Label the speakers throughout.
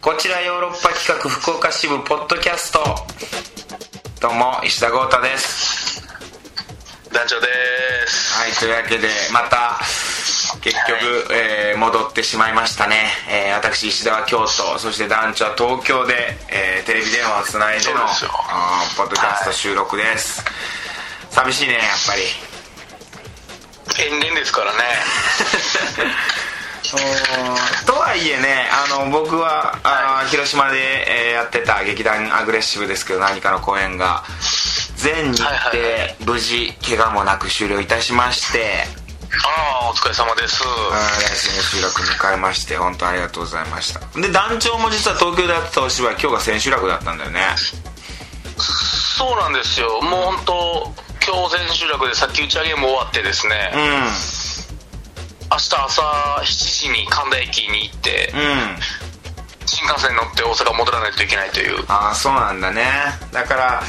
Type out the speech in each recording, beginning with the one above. Speaker 1: こちらヨーロッパ企画福岡支部ポッドキャストどうも石田豪太です
Speaker 2: 団長です
Speaker 1: はいというわけでまた結局、えー戻ってしまいましたね、えー私石田は京都そして団長は東京で、えーテレビ電話をつないでの
Speaker 2: そうですよ
Speaker 1: あーポッドキャスト収録です、寂しいねやっぱり
Speaker 2: 遠恋ですからね
Speaker 1: とはいえねあの僕はあー広島で、えーやってた劇団アグレッシブですけど何かの公演が全日程
Speaker 2: はいはい
Speaker 1: 無事怪我もなく終了いたしまして、
Speaker 2: ああお疲れ様です
Speaker 1: あー来週の収録迎えまして本当ありがとうございましたで団長も実は東京でやってたお芝居今日が千秋楽だったんだよね
Speaker 2: そうなんですよもう本当今日全集落でさっき打ち上げも終わってですね、
Speaker 1: うん
Speaker 2: 明日朝7時に神田駅に行って、
Speaker 1: うん
Speaker 2: 新幹線に乗って大阪戻らないといけないという
Speaker 1: ああそうなんだねだから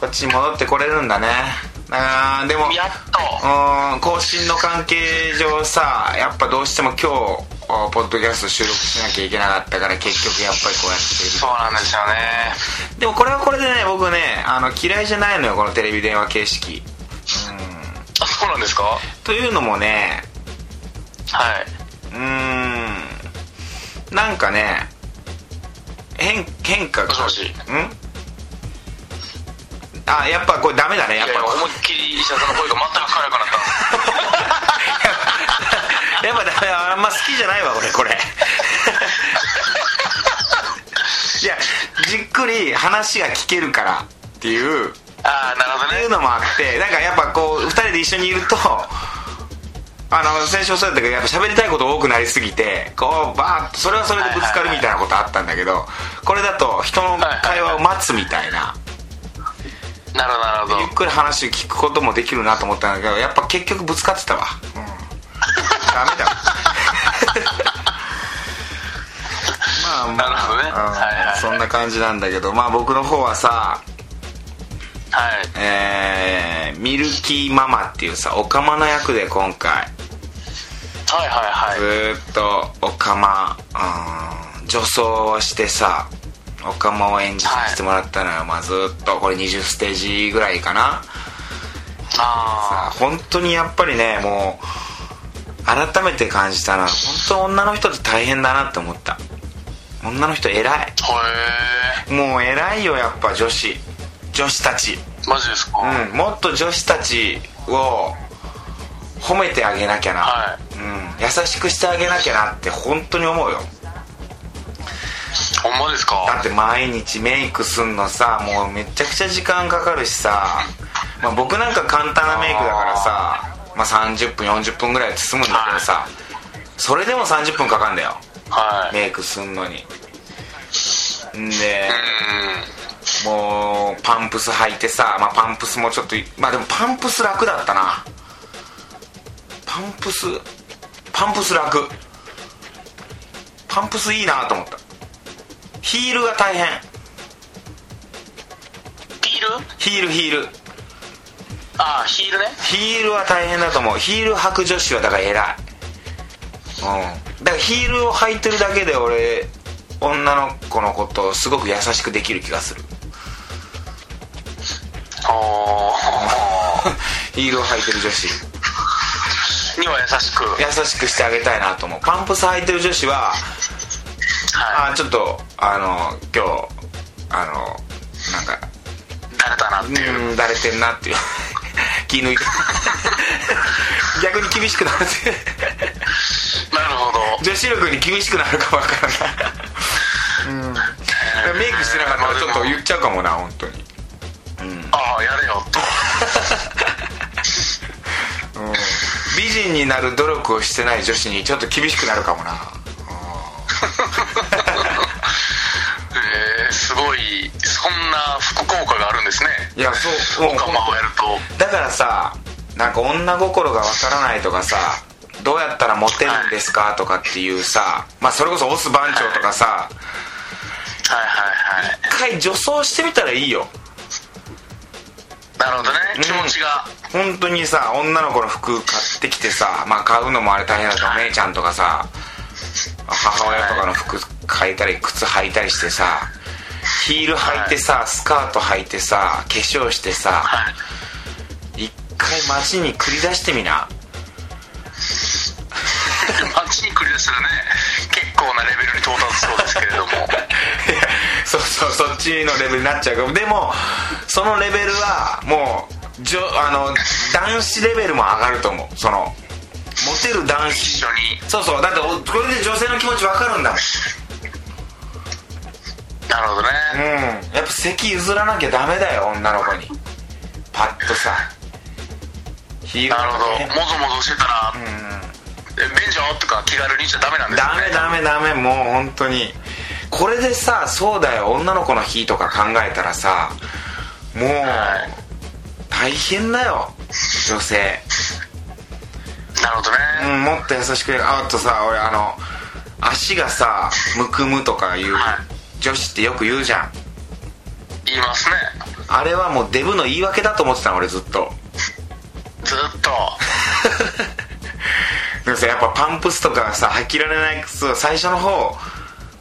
Speaker 1: こっちに戻ってこれるんだねあーでも
Speaker 2: やっ
Speaker 1: う
Speaker 2: と
Speaker 1: ーん更新の関係上さやっぱどうしても今日あポッドキャスト収録しなきゃいけなかったから結局やっぱりこうやってテレビ
Speaker 2: そうなんですよね
Speaker 1: でもこれはこれでね僕ねあの嫌いじゃないのよこのテレビ電話形式
Speaker 2: あそうなんですかは
Speaker 1: というのもね
Speaker 2: い
Speaker 1: ー
Speaker 2: う
Speaker 1: んなんかね変変化が
Speaker 2: もしもし
Speaker 1: うんあやっぱこれダメだねやっ
Speaker 2: いやい
Speaker 1: ぱ
Speaker 2: や思いっきり石田さんの声が全く聞かなくなった
Speaker 1: やっぱダメあんま好きじゃないわ俺これいやじっくり話が聞けるからっていうっ
Speaker 2: ああなるほど
Speaker 1: て
Speaker 2: ね
Speaker 1: いうのもあってなんかやっぱこう2人で一緒にいるとあの先週もそうだったけどやっぱ喋りたいこと多くなりすぎてこうバーッとそれはそれでぶつかるみたいなことあったんだけどこれだと人の会話を待つみたいな
Speaker 2: なるほどなるほど
Speaker 1: ゆっくり話を聞くこともできるなと思ったんだけどやっぱ結局ぶつかってたわ、うん、ダメだわまあまあ
Speaker 2: なるほどね
Speaker 1: うん
Speaker 2: はいはい
Speaker 1: そんな感じなんだけどまあ僕の方はさ
Speaker 2: はい
Speaker 1: えーミルキーママっていうさオカマの役で今回
Speaker 2: はいはい
Speaker 1: ず
Speaker 2: はい
Speaker 1: ーっとオカマうん女装をしてさオカマを演じさせてもらったのよ、まあずーっとこれ20ステージぐらいかな
Speaker 2: あ
Speaker 1: あ本当にやっぱりねもう改めて感じたな本当女の人って大変だなって思った女の人偉い
Speaker 2: あへ
Speaker 1: もう偉いよやっぱ女子女子たち
Speaker 2: えマジですか、はい
Speaker 1: うんもっと女子たちを褒めてあげなきゃな、うん、優しくしてあげなきゃなって本当に思うよ
Speaker 2: ほんまですか
Speaker 1: だって毎日メイクすんのさもうめちゃくちゃ時間かかるしさ、まあ、僕なんか簡単なメイクだからさまあ、30分40分ぐらいで済むんだけどさそれでも30分かかんだよ
Speaker 2: はい
Speaker 1: メイクすんのにんで
Speaker 2: う
Speaker 1: もうパンプス履いてさ、まあ、パンプスもちょっとまあでもパンプス楽だったなパンプスパンプス楽パンプスいいなと思ったヒールが大変
Speaker 2: んヒール
Speaker 1: ヒールヒール
Speaker 2: ああヒールね
Speaker 1: ヒールは大変だと思うヒール履く女子はだから偉いうんだからヒールを履いてるだけで俺女の子のことをすごく優しくできる気がする
Speaker 2: お
Speaker 1: ヒールを履いてる女子
Speaker 2: ー には優しくはい
Speaker 1: 優しくしてあげたいなと思うパンプス履いてる女子はあーちょっとあの今日あのなんか
Speaker 2: 誰だなっていう、
Speaker 1: うんだれてんなっていう 気抜いて 逆に厳しくなるっていう
Speaker 2: なるほど
Speaker 1: 女子力に厳しくなるかわからないメイクしてなかったらちょっと言っちゃうかもな本当に
Speaker 2: ああやれよと
Speaker 1: 美人になる努力をしてない女子にちょっと厳しくなるかもな
Speaker 2: えー、すごいそんな副効果があるんですね
Speaker 1: いやそうもう
Speaker 2: 僕が回ると
Speaker 1: だからさなんか女心がわからないとかさどうやったらモテるんですかとかっていうさ、まあ、それこそオス番長とかさ
Speaker 2: はいはいはい
Speaker 1: 一回女装してみたらいいよ
Speaker 2: なるほどね
Speaker 1: ん
Speaker 2: 気持ちが、
Speaker 1: 本当にさ女の子の服買ってきてさまあ買うのもあれ大変だとお姉ちゃんとかさ母親とかの服変えたり靴履いたりしてさヒール履いてさ、スカート履いてさ化粧してさ
Speaker 2: はい
Speaker 1: 一回街に繰り出してみな
Speaker 2: 街に繰り出したらね結構なレベルに到達しそうですけれども
Speaker 1: そうそうそっちのレベルになっちゃうけどでもそのレベルはもうじょあの男子レベルも上がると思うそのモテる男
Speaker 2: 一
Speaker 1: 子
Speaker 2: 緒に
Speaker 1: そうそうだっておこれで女性の気持ち分かるんだもん
Speaker 2: なるほどね、
Speaker 1: うんやっぱ席譲らなきゃダメだよ女の子にパッとさヒール
Speaker 2: なるほど
Speaker 1: ね
Speaker 2: もぞもぞしてたら「え便所」とか気軽にしちゃダメなんです
Speaker 1: ダ
Speaker 2: よね
Speaker 1: メダメダメもう本当にこれでさそうだよ女の子の日とか考えたらさもう
Speaker 2: はい
Speaker 1: 大変だよ女性
Speaker 2: なるほどね、
Speaker 1: うんもっと優しくあとさ俺あの足がさむくむとかいう
Speaker 2: はい
Speaker 1: 女子ってよく言うじゃん
Speaker 2: 言いますね
Speaker 1: あれはもうデブの言い訳だと思ってたの俺ずっと
Speaker 2: ず っと
Speaker 1: でもさやっぱパンプスとかさ履きられない靴は最初の方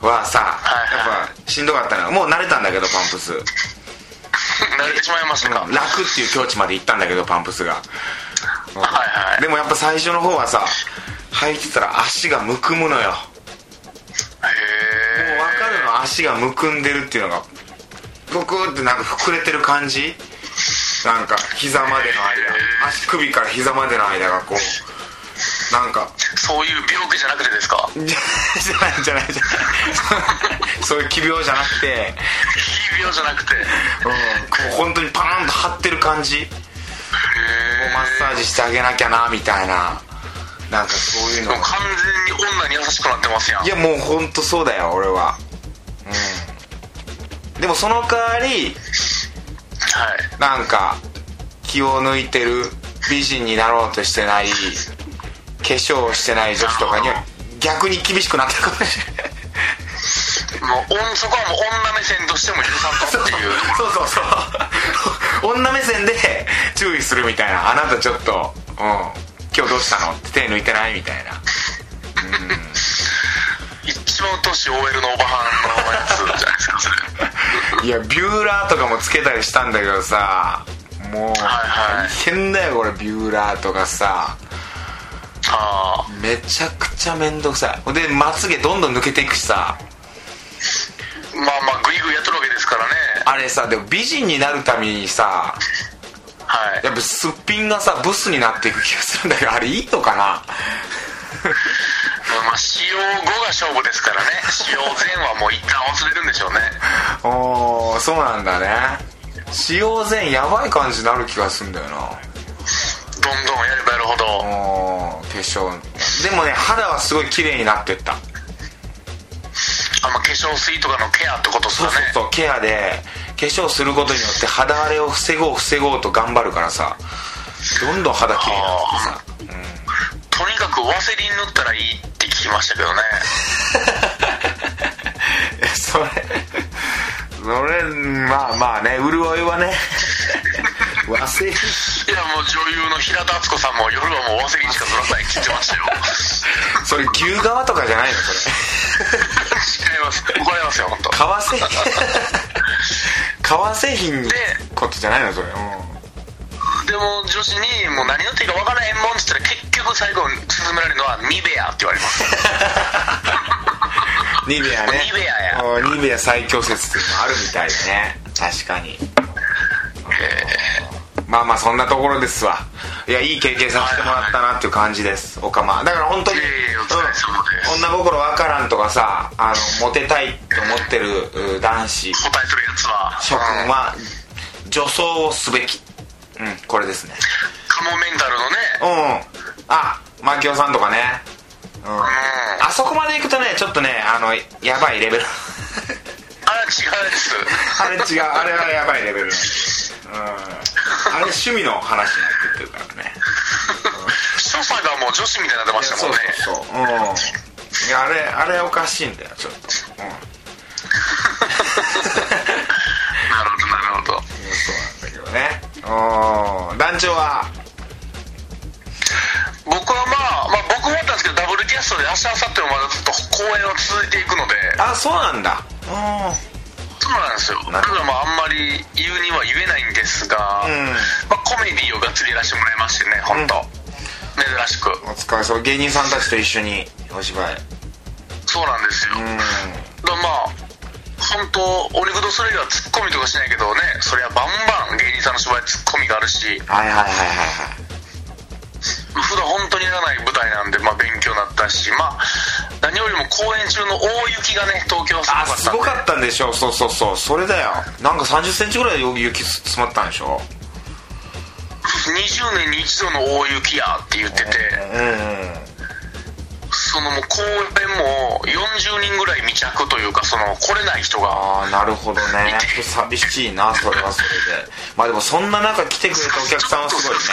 Speaker 1: はさ
Speaker 2: いはい
Speaker 1: やっぱしんどかったのよもう慣れたんだけどパンプス
Speaker 2: 慣れてしまいましたか、
Speaker 1: 楽っていう境地まで行ったんだけどパンプスが
Speaker 2: はいはい
Speaker 1: でもやっぱ最初の方はさ履いてたら足がむくむのよもう
Speaker 2: へえ
Speaker 1: 分かるの足がむくんでるっていうのがぷくってなんか膨れてる感じなんか膝までの間足首から膝までの間がこうなんか
Speaker 2: そういう病気じゃなくてですか
Speaker 1: じゃじゃないじゃないじゃないそういう奇病じゃなくて、
Speaker 2: 非病じゃなくてへ
Speaker 1: うん、こう本当にパーンと張ってる感じ
Speaker 2: え
Speaker 1: マッサージしてあげなきゃなみたいななんかそういうの
Speaker 2: もう
Speaker 1: が
Speaker 2: 完全に女に優しくなってますやん
Speaker 1: いやもう本当そうだよ俺はうんでもその代わり
Speaker 2: はい
Speaker 1: なんか気を抜いてる美人になろうとしてない化粧をしてない女子とかには逆に厳しくなってるかもしれない
Speaker 2: もうおんそこはもう女目線としても許さんとって いう
Speaker 1: そうそうそう 女目線で注意するみたいなあなたちょっと、うん、今日どうしたのって手抜いてないみたいな
Speaker 2: 一番年 OL のおばはんのやつじゃないですかそれ
Speaker 1: いやビューラーとかもつけたりしたんだけどさもう
Speaker 2: はいは
Speaker 1: 大
Speaker 2: い
Speaker 1: 変だよこれビューラーとかさ
Speaker 2: あ
Speaker 1: めちゃくちゃめんどくさいほんでまつげどんどん抜けていくしさ
Speaker 2: あまあまあグイグイやってるわけですからね
Speaker 1: あれさでも美人になるためにさ
Speaker 2: はい
Speaker 1: やっぱすっぴんがさブスになっていく気がするんだけどあれいいのかな
Speaker 2: まあまあ使用後が勝負です からね使用前はもう一旦忘れるんでしょうね
Speaker 1: おーそうなんだね使用前やばい感じになる気がするんだよな
Speaker 2: どんどんやればやるほど
Speaker 1: おー化粧でもね肌はすごい綺麗になってった
Speaker 2: あんま化粧水とかのケアってことです
Speaker 1: そう
Speaker 2: か
Speaker 1: そ
Speaker 2: ね
Speaker 1: うそうケアで化粧することによって肌荒れを防ごう防ごうと頑張るからさどんどん肌綺麗になっててさ
Speaker 2: とにかくワセリン塗ったらいいって聞きましたけどね
Speaker 1: え それそれまあまあね潤いは ね忘れ
Speaker 2: いやもう女優の平田敦子さんも夜はもうワセリンしか塗らないって言ってましたよ
Speaker 1: それ牛革とかじゃないのそれ
Speaker 2: 違います怒られますよ本当。
Speaker 1: 革 製品革製品の
Speaker 2: で
Speaker 1: ことじゃないのそれう
Speaker 2: でも女子にもう何塗っていいか分からへんもんっつったら結局最後に勧められるのはニベアって言われます
Speaker 1: んニベアね
Speaker 2: ニベアや
Speaker 1: うんニベア最強説っていうのあるみたいだね確かにまあまあそんなところですわいやいい経験させてもらったなっていう感じですオカマだから本当に、
Speaker 2: いえいえお疲れ様です
Speaker 1: うん女心わからんとかさあのモテたいと思ってるう男子
Speaker 2: 答えするやつは
Speaker 1: 諸君
Speaker 2: うん
Speaker 1: は女装をすべきうんこれですね
Speaker 2: カモメンタルの
Speaker 1: う
Speaker 2: ね
Speaker 1: んあマキオさんとかねうん
Speaker 2: うん
Speaker 1: あそこまで行くとねちょっとねあのやばいレベル
Speaker 2: あれ違うです
Speaker 1: あれ違うあれはやばいレベルなんでうんあれ趣味の話になってってるからね
Speaker 2: 所作がもう女子みたいになってました
Speaker 1: そ
Speaker 2: も
Speaker 1: うん
Speaker 2: ね
Speaker 1: そうそううんいやあれあれおかしいんだよちょっとうん
Speaker 2: なるほどなるほど
Speaker 1: そうなんだけどねうん団長は
Speaker 2: 僕はまあ、まあ、僕もやったんですけどダブルキャテストで明日明後日もまだずっと公演は続いていくので
Speaker 1: あそうなんだうん
Speaker 2: そうなんですよ
Speaker 1: な
Speaker 2: だ
Speaker 1: る
Speaker 2: か
Speaker 1: ほど
Speaker 2: らまああんまり言うには言えないんですが、
Speaker 1: うん
Speaker 2: まあ、コメディをがっつりやらせてもらいましてね本当、珍しく
Speaker 1: お疲れ様芸人さんたちと一緒にお芝居
Speaker 2: そうなんですよ、
Speaker 1: うん
Speaker 2: だからまあ本当お肉とそれがツッコミとかしないけどねそりゃバンバン芸人さんの芝居ツッコミがあるし
Speaker 1: はいはいはいはい
Speaker 2: 普段本当にやらない舞台なんで、まあ、勉強になったしまあ何よりも公演中の大雪がね東京は
Speaker 1: はいあす
Speaker 2: す
Speaker 1: ご
Speaker 2: ごかったんで
Speaker 1: かったんでしょそうそうそうそれだよなんか3 0ンチぐらい雪詰まったんでしょ
Speaker 2: 20年に一度の大雪やって言ってて
Speaker 1: うんうん
Speaker 2: そのもう公演も40人ぐらい未着というかその来れない人が
Speaker 1: ああなるほど ね寂しいなそれはそれでまあでもそんな中来てくれたお客さんはすごいね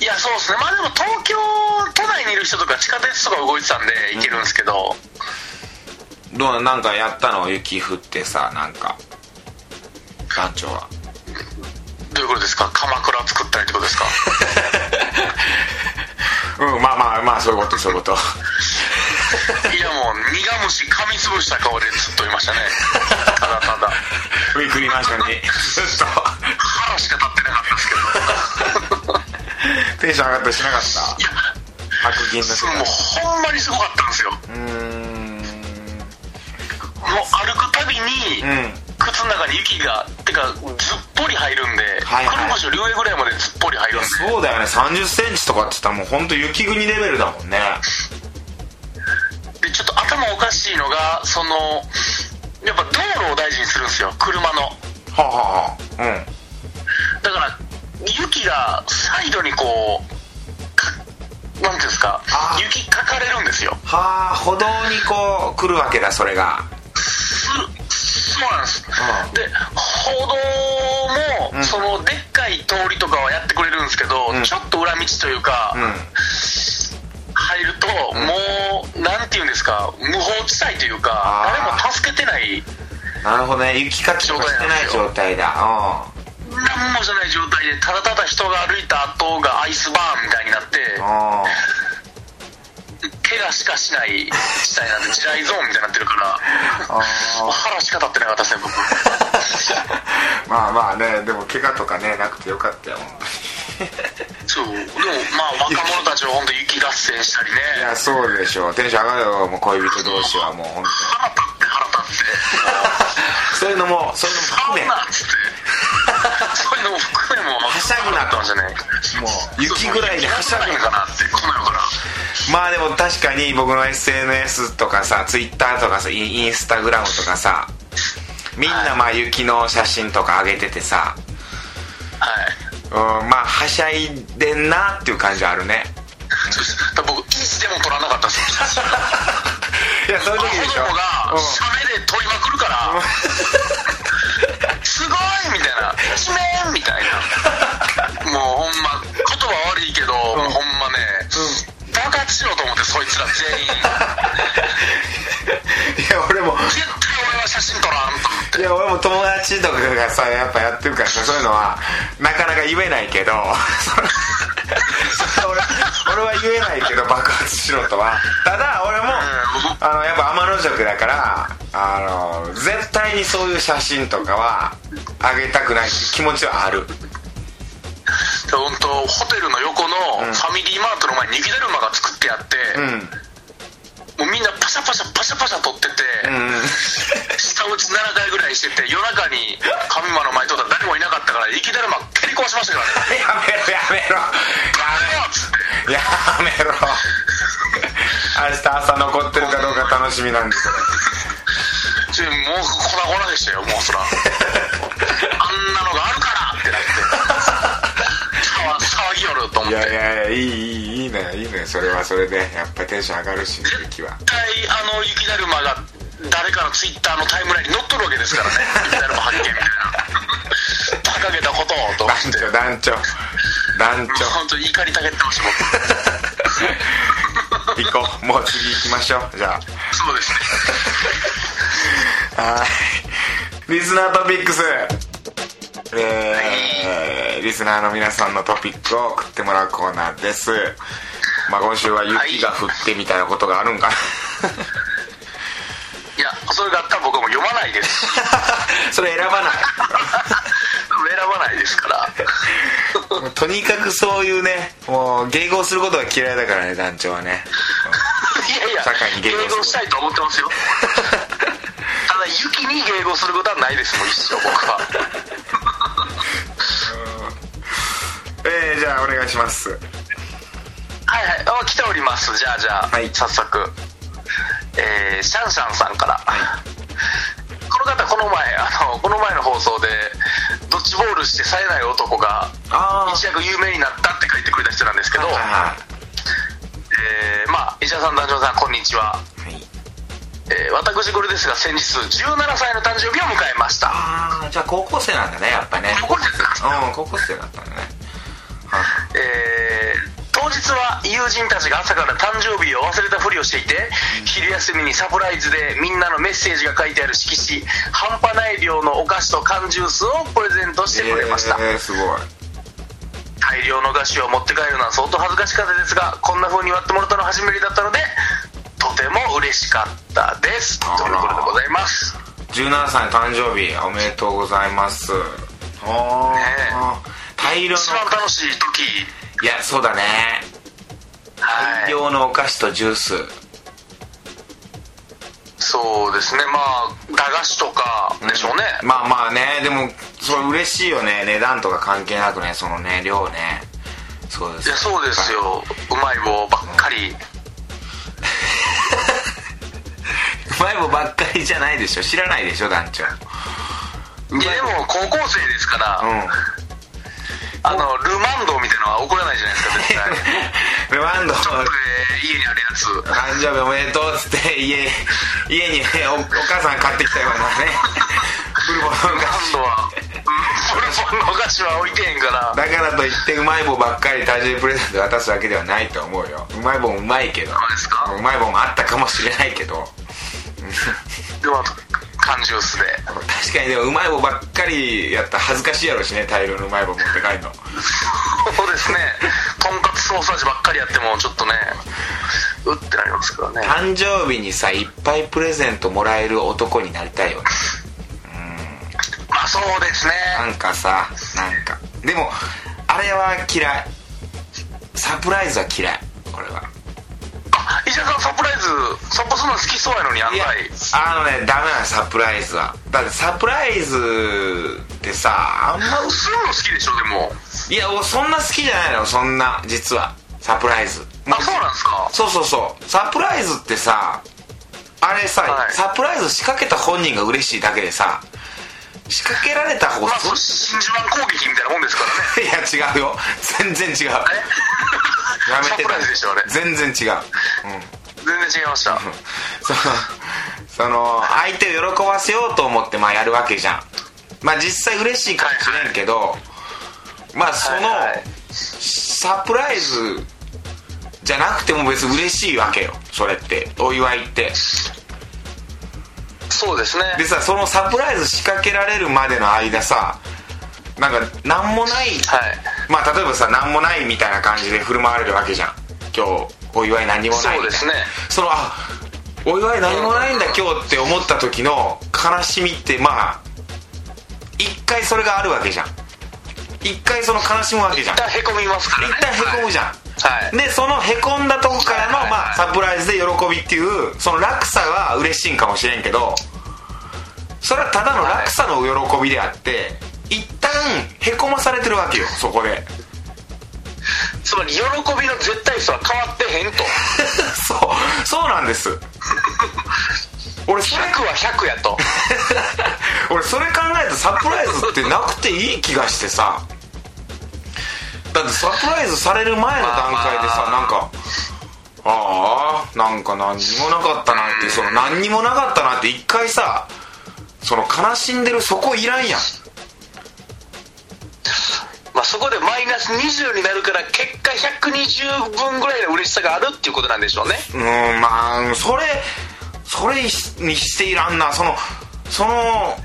Speaker 2: いやそうですねまあでも東京都内にいる人とか地下鉄とか動いてたんで行けるんですけど、
Speaker 1: どうななんかやったの雪降ってさなんか団長は
Speaker 2: どういうことですか鎌倉作ったりってことですか
Speaker 1: うんまあまあまあそういうことそういう こと
Speaker 2: いやもう苦虫噛みつぶした顔でずっといましたねただただ
Speaker 1: ウィークリーマンションにずっ
Speaker 2: 腹しか立ってなかったですけど
Speaker 1: と テンション上がったりしなかっ
Speaker 2: いや
Speaker 1: た白銀の世
Speaker 2: その
Speaker 1: 界
Speaker 2: もうほんまにすごかったんですよも
Speaker 1: う
Speaker 2: う
Speaker 1: ーん
Speaker 2: 歩くたびに、
Speaker 1: うん
Speaker 2: 靴の中に雪がてかずっぽり入るんで、
Speaker 1: はいはい
Speaker 2: 黒星の両上ぐらいまでずっぽり入るんで
Speaker 1: そうだよね3 0ンチとかって言ったらもう本当雪国レベルだもんね
Speaker 2: でちょっと頭おかしいのがそのやっぱ道路を大事にするんですよ車の
Speaker 1: はあはあはあうん
Speaker 2: だから雪がサイドにこうかなんていうんですか
Speaker 1: あー
Speaker 2: 雪かかれるんですよ
Speaker 1: はあ歩道にこう来るわけだそれが
Speaker 2: すそうなんです
Speaker 1: あー
Speaker 2: で歩道も、
Speaker 1: うん
Speaker 2: そのでっかい通りとかはやってくれるんですけど、
Speaker 1: うん
Speaker 2: ちょっと裏道というか、
Speaker 1: うん
Speaker 2: 入ると、もうなんていうんですか無法地帯というか
Speaker 1: あー
Speaker 2: 誰も助けてない
Speaker 1: なるほどね雪かきとかしてない状態だう
Speaker 2: 何もじゃない状態でただただ人が歩いた後がアイスバーンみたいになって
Speaker 1: んうん
Speaker 2: 怪我しかしない地帯なんで地雷ゾーンみたいになってるから
Speaker 1: あ
Speaker 2: 腹しか立ってなかったですね僕
Speaker 1: ーまあまあねでも怪我とかねなくてよかったよ
Speaker 2: そうでもまあ若者たちは本当雪合戦したり
Speaker 1: い
Speaker 2: ね
Speaker 1: やそうでしょうテンション上がるよもう恋人同士はもう本当に
Speaker 2: 腹立
Speaker 1: そうい
Speaker 2: って腹立って
Speaker 1: うのもそういうのも
Speaker 2: あ
Speaker 1: 含め
Speaker 2: んなっつってそういうのも含めも
Speaker 1: はしゃぐなと
Speaker 2: 腹立って
Speaker 1: も
Speaker 2: ましたね
Speaker 1: う雪ぐらいではしゃぐな
Speaker 2: そう雪ぐらいかなってこの世か
Speaker 1: まあで
Speaker 2: ら
Speaker 1: も確かに僕の SNS とかさ Twitter とかさインインスタグラムとかさみんなまあ雪の写真とか上げててさ、
Speaker 2: はい
Speaker 1: うん、まあはしゃいでんなっていう感じはあるね
Speaker 2: そうですだから僕いつでも撮らなかったです
Speaker 1: いやそういう
Speaker 2: 子
Speaker 1: 時でしょ、
Speaker 2: 供が
Speaker 1: うん
Speaker 2: 写メで撮りまくるからすごいみたいな「一面」みたいなもうほんま言葉悪いけど、もうほんまね、爆発しようと思ってそいつら全員
Speaker 1: いや俺も
Speaker 2: 絶対俺は写真撮らんと思って
Speaker 1: いや俺も友達とかがさやっぱやってるからさそういうのはなかなか言えないけど それそれ俺俺は言えないけど爆発しろとはただ俺もあのやっぱ天の塾だからあの絶対にそういう写真とかはあげたくないって気持ちはある
Speaker 2: 本当ホテルの横のファミリーマートの前に雪だるまが作ってあって、
Speaker 1: うん
Speaker 2: もうみんなパシャパシャパシャパシャ撮ってて、
Speaker 1: うん
Speaker 2: 下打ち7回ぐらいしてて夜中に神間の前通ったら誰もいなかったから雪だるま蹴り壊しましたからね
Speaker 1: やめろやめろ
Speaker 2: やめろっつって
Speaker 1: やめろ明日朝残ってるかどうか楽しみなんです
Speaker 2: ちょもう粉々でしたよもうそらあんなのがあるからってなって騒騒ぎよると思っ
Speaker 1: い
Speaker 2: て
Speaker 1: やいやいやいいいいいいねいいねそれはそれでやっぱテンション上がるし雪は
Speaker 2: 絶対あの雪だるまが誰かのツイッターのタイムラインに載っとるわけですから ね雪だるま発見みたいな馬鹿げたことをと思
Speaker 1: 団
Speaker 2: って
Speaker 1: 長団長団
Speaker 2: もう本当に怒りたげてました僕
Speaker 1: 長行こうもう次行きましょうじゃ
Speaker 2: そうですね
Speaker 1: あはいリスナートピックスえーリスナーの皆さんのトピックを送ってもらうコーナーですまあ今週は雪が降ってみたいなことがあるんかな
Speaker 2: いやそれがあったら僕はもう読まないです
Speaker 1: それ選ば
Speaker 2: 選ばないですから
Speaker 1: ないとにかくそういうねもう迎合することが嫌いだからね団長はね
Speaker 2: いやいや
Speaker 1: 社会に迎
Speaker 2: 迎
Speaker 1: 合する
Speaker 2: 合したいと思ってま すよただ雪に迎合することはないですもう一生僕は
Speaker 1: えー、じゃあお願いします
Speaker 2: はいはいあ来ておりますじゃあじゃあ、
Speaker 1: はい
Speaker 2: 早速えーシャンシャンさんから、この方この前あのこの前の放送でドッジボールして冴えない男が
Speaker 1: あ
Speaker 2: 一躍有名になったって書いてくれた人なんですけど、
Speaker 1: はいは
Speaker 2: えーまあ石田さん団長さんこんにちは、
Speaker 1: いはい
Speaker 2: えー私これですが先日17歳の誕生日を迎えました
Speaker 1: ああじゃあ高校生なんだねやっぱね
Speaker 2: これですか
Speaker 1: うん高校生だったんだねはい
Speaker 2: えー当日は友人たちが朝から誕生日を忘れたふりをしていて昼休みにサプライズでみんなのメッセージが書いてある色紙半端ない量のお菓子と缶ジュースをプレゼントしてくれました、
Speaker 1: えー、すごい
Speaker 2: 大量の菓子を持って帰るのは相当恥ずかしかったですがこんな風に割ってもらったのは初めてだったのでとても嬉しかったですと
Speaker 1: あら
Speaker 2: いうことでございます
Speaker 1: 17歳の誕生日おめでとうございますおー、
Speaker 2: ね
Speaker 1: 大量
Speaker 2: 一番
Speaker 1: の
Speaker 2: 楽しい時
Speaker 1: いやそうだね
Speaker 2: は
Speaker 1: 大
Speaker 2: い
Speaker 1: 量のお菓子とジュース
Speaker 2: そうですねまあ駄菓子とかでしょうね、
Speaker 1: まあまあねでもそれ嬉しいよね値段とか関係なくねそのね量ねそうで
Speaker 2: い
Speaker 1: す
Speaker 2: やそうですようまい棒ばっかり
Speaker 1: うまい棒ばっかりじゃないでしょ知らないでしょ団長うま
Speaker 2: いやでも高校生ですから、
Speaker 1: うん
Speaker 2: あのルマンドみたいなのは怒らないじゃないですか絶対
Speaker 1: ルマンド
Speaker 2: ちょっと、えー家にあるやつ
Speaker 1: 誕生日おめでとうっつって家家にねおお母さん買ってきたようなねブルボンの
Speaker 2: ルマ
Speaker 1: 菓
Speaker 2: ンドはブルボンのお菓子は置いてへんから
Speaker 1: 子だからといってうまい棒ばっかり誕生日プレゼント渡すわけではないと思うようまい棒もうまいけど
Speaker 2: そうですか
Speaker 1: うまい棒もあったかもしれないけど
Speaker 2: でも缶ジュースで
Speaker 1: 確かにでもうまい棒ばっかりやったら恥ずかしいやろうしね大量のうまい棒持って帰るの
Speaker 2: そうですねとんかつソーサージばっかりやってもちょっとねうってなりますからね
Speaker 1: 誕生日にさいっぱいプレゼントもらえる男になりたいよね
Speaker 2: まあそうですね
Speaker 1: なんかさなんかでもあれは嫌いサプライズは嫌い俺は
Speaker 2: あ石田さんサプライズサップするの好きそうやのに案
Speaker 1: いや
Speaker 2: 外
Speaker 1: あのねダメなのサプライズはだってサプライズってさあんます
Speaker 2: るの好きでしょでも
Speaker 1: いや俺そんな好きじゃないのそんな実はサプライズ
Speaker 2: あそうなんですか
Speaker 1: そうそうそうサプライズってさあれさ、
Speaker 2: はい
Speaker 1: サプライズ仕掛けた本人が嬉しいだけでさ仕掛けられた方
Speaker 2: まあ、
Speaker 1: そ
Speaker 2: そ真珠湾攻撃みたいなもんですからね。
Speaker 1: いや違うよ全然違うやめ
Speaker 2: サ
Speaker 1: て
Speaker 2: プライズでしょ、あれ。
Speaker 1: 全然違ううん
Speaker 2: 全然違いました。
Speaker 1: そのその相手を喜ばせようと思ってまあやるわけじゃんまあ実際嬉しいかもしれんけど、まあその
Speaker 2: はいはい
Speaker 1: サプライズじゃなくても別に嬉しいわけよそれってお祝いって
Speaker 2: そうですね。
Speaker 1: でさそのサプライズ仕掛けられるまでの間さなんか何もない
Speaker 2: はい。
Speaker 1: まあ例えばさ何もないみたいな感じで振る舞われるわけじゃん今日お祝い何もないみたいな
Speaker 2: そうですね
Speaker 1: そのあお祝い何もないんだ今日って思った時の悲しみってまあ一回それがあるわけじゃん一回その悲しむわけじゃん
Speaker 2: 一旦へこみますから
Speaker 1: 一
Speaker 2: ね。
Speaker 1: 旦へこむ
Speaker 2: はい
Speaker 1: じゃん、
Speaker 2: はい。
Speaker 1: でそのへこんだとこからの、
Speaker 2: はいはいはい
Speaker 1: まあ、サプライズで喜びっていうその落差は嬉しいんかもしれんけどそれはただの落差の喜びであって一旦へこまされてるわけよそこで
Speaker 2: つまり、喜びの絶対数は変わってへんと。
Speaker 1: そうそうなんです俺それ
Speaker 2: 100は100やと。
Speaker 1: 俺それ考えるとサプライズってなくていい気がしてさだってサプライズされる前の段階でさ
Speaker 2: まあまあ
Speaker 1: なんかああなんか何にもなかったなってその何にもなかったなって一回さその悲しんでるそこいらんやん
Speaker 2: まあ、そこでマイナス20になるから、結果120分ぐらいの嬉しさがあるっていうことなんでしょうね。
Speaker 1: うーんまあうんそれそれにしていらんなそのその誕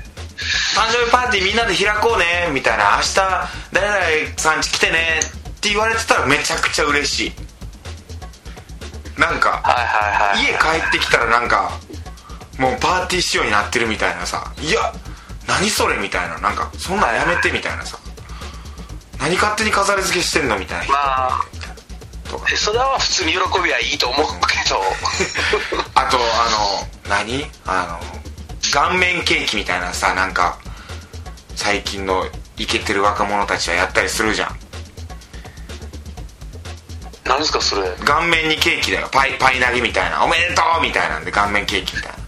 Speaker 1: 生日パーティーみんなで開こうねみたいな明日誰々さん家来てねって言われてたらめちゃくちゃ嬉しいなんか
Speaker 2: はいはいはい
Speaker 1: 家帰ってきたらなんかもうパーティー仕様になってるみたいなさいや何それみたいななんかそんなんやめてみたいなさ何勝手に飾り付けしてんのみたいな人
Speaker 2: まあ
Speaker 1: とか
Speaker 2: それは普通に喜びはいいと思うけ ど
Speaker 1: あとあの何あの顔面ケーキみたいなさなんか最近のイケてる若者たちはやったりするじゃん
Speaker 2: 何ですかそれ
Speaker 1: 顔面にケーキだよパイパイ投げみたいなおめでとうみたいなんで顔面ケーキみたいな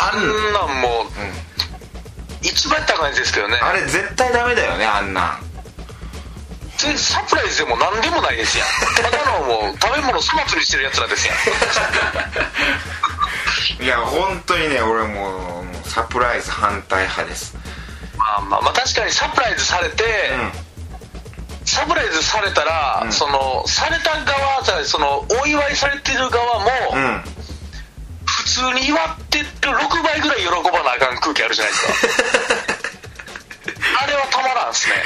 Speaker 1: あ
Speaker 2: あん
Speaker 1: ん
Speaker 2: なんもう、一番やった感じですけどね
Speaker 1: あれ絶対ダメだよねあんなん
Speaker 2: それサプライズでも何でもないですやんただのもう食べ物粗末にしてるやつらですやん
Speaker 1: いや本当にね俺もうもうサプライズ反対派です
Speaker 2: まあまあまあ確かにサプライズされて、
Speaker 1: う
Speaker 2: サプライズされたら、そのされた側じゃないそのお祝いされてる側も、
Speaker 1: んうん
Speaker 2: 普通に祝ってる6倍ぐらい喜ばなあかん空気あるじゃないです かあれはたまらんっすね